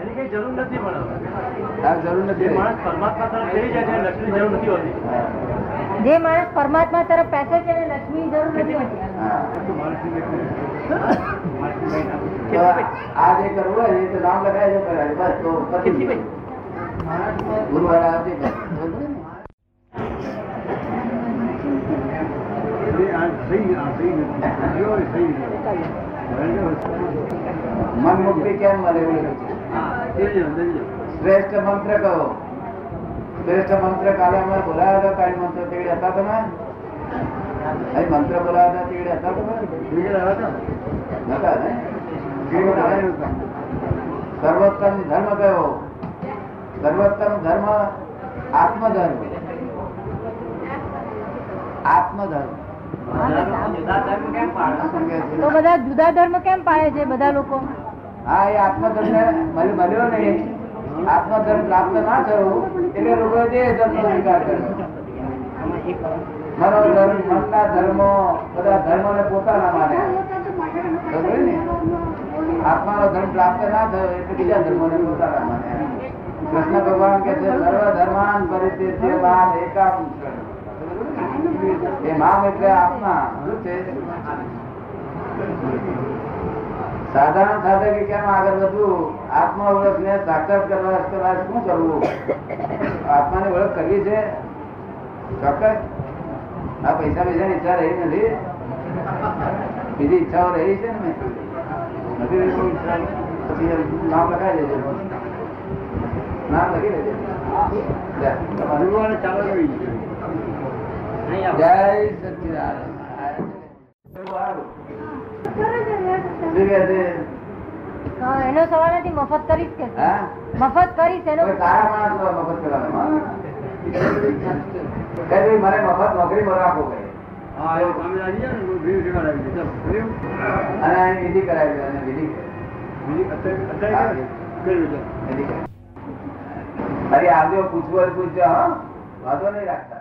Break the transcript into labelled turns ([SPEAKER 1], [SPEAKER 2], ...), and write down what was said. [SPEAKER 1] એની કઈ જરૂર નથી પણ
[SPEAKER 2] આ જરૂર
[SPEAKER 1] જે
[SPEAKER 2] નથી
[SPEAKER 1] માણસ પરમાત્મા તરફ જઈ જાય છે લક્ષ્મી જરૂર નથી હોતી
[SPEAKER 3] જે માણસ પરમાત્મા તરફ પાસે છે એને લક્ષ્મી જરૂર નથી હોતી
[SPEAKER 2] હા. તો
[SPEAKER 1] કેટલી
[SPEAKER 2] આ જે કરવું હોય ને એ તો નામ લખાય છે કરાય. બસ તો પતી ગયું.
[SPEAKER 1] ભાઈ?
[SPEAKER 2] ગુરુવારે આવતી બસ. બરોબર ને? મન મુક્તિ કેમ મળે એવું લખ્યું છે?
[SPEAKER 1] હા, તે જ, તે જ.
[SPEAKER 2] શ્રેષ્ઠ મંત્ર કહો શ્રેષ્ઠ મંત્ર કાલે અમે બોલાવ્યા હતા કાલે મંત્ર તેડી હતા તમે અહીં મંત્ર બોલાવ્યા હતા તેડી હતા તમે
[SPEAKER 1] બીજા આવ્યા હતા ને?
[SPEAKER 2] નતા ને સર્વોત્તમ ધર્મ કયો સર્વોત્તમ ધર્મ આત્મધર્મ આત્મધર્મ સંગે છે.
[SPEAKER 3] તો બધા જુદા ધર્મ કેમ પાળે છે બધા લોકો
[SPEAKER 2] હા એ આત્મધર્મ ને મળ- મળ્યો નહીં આત્મધર્મ પ્રાપ્ત ના થયો એટલે લોકો દેહ ધર્મનો સ્વીકાર કર્યો મનોધર્મ મનના ધર્મો બધા ધર્મોને પોતાના માન્યા ખબર ને આત્માનો ધર્મ પ્રાપ્ત ના થયો એટલે બીજા ધર્મોને પોતાના માન્યા કૃષ્ણ ભગવાન કે છે સર્વ ધર્માન પરિસ્થિતિ મામ એકામ એ મામ એટલે આત્મા શું છે સાધારણ સાધકે કેમ આગળ વધવું આત્મા ઓળખને સાક્ષાત કરવા કરવા શું કરવું આત્માની ઓળખ કરવી છે ચોક્કસ આ પૈસા પૈસાની ઈચ્છા રહી નથી બીજી ઈચ્છાઓ રહી છે ને નથી રહી કોઈ ઈચ્છા? પછી એમ નામ લખાઈ દેજો નામ લખી દેજો જય. તમારું.
[SPEAKER 1] ગુરુવારે ચાલો આવી જઈએ. નહીં આવો.
[SPEAKER 2] જય સચિદાનંદ એવું સારું. શું કહે છે?
[SPEAKER 3] હા, એનો સવાલ નથી મફત કરીશ કે છે.
[SPEAKER 2] હા
[SPEAKER 3] મફત કરીશ એનો
[SPEAKER 2] કોઈ સારા માણસ હોય મફત કરાવવામાં. કહે ભાઈ મને મફત નોકરી મળવા આપો કહે.
[SPEAKER 1] હા, એવું સામે આવી જાય ને, ભીડ રેવાડ આવી જાય. ચાલો. એવું?
[SPEAKER 2] અને આની વિધિ કરાવી દો, અને વિધિ
[SPEAKER 1] બીજી અત્યારે- અત્યારે કર્યું છે.
[SPEAKER 2] વિધિ કરાવી. અરે આવજો પૂછવું હોય તો પૂછજો હા વાંધો નહીં રાખતા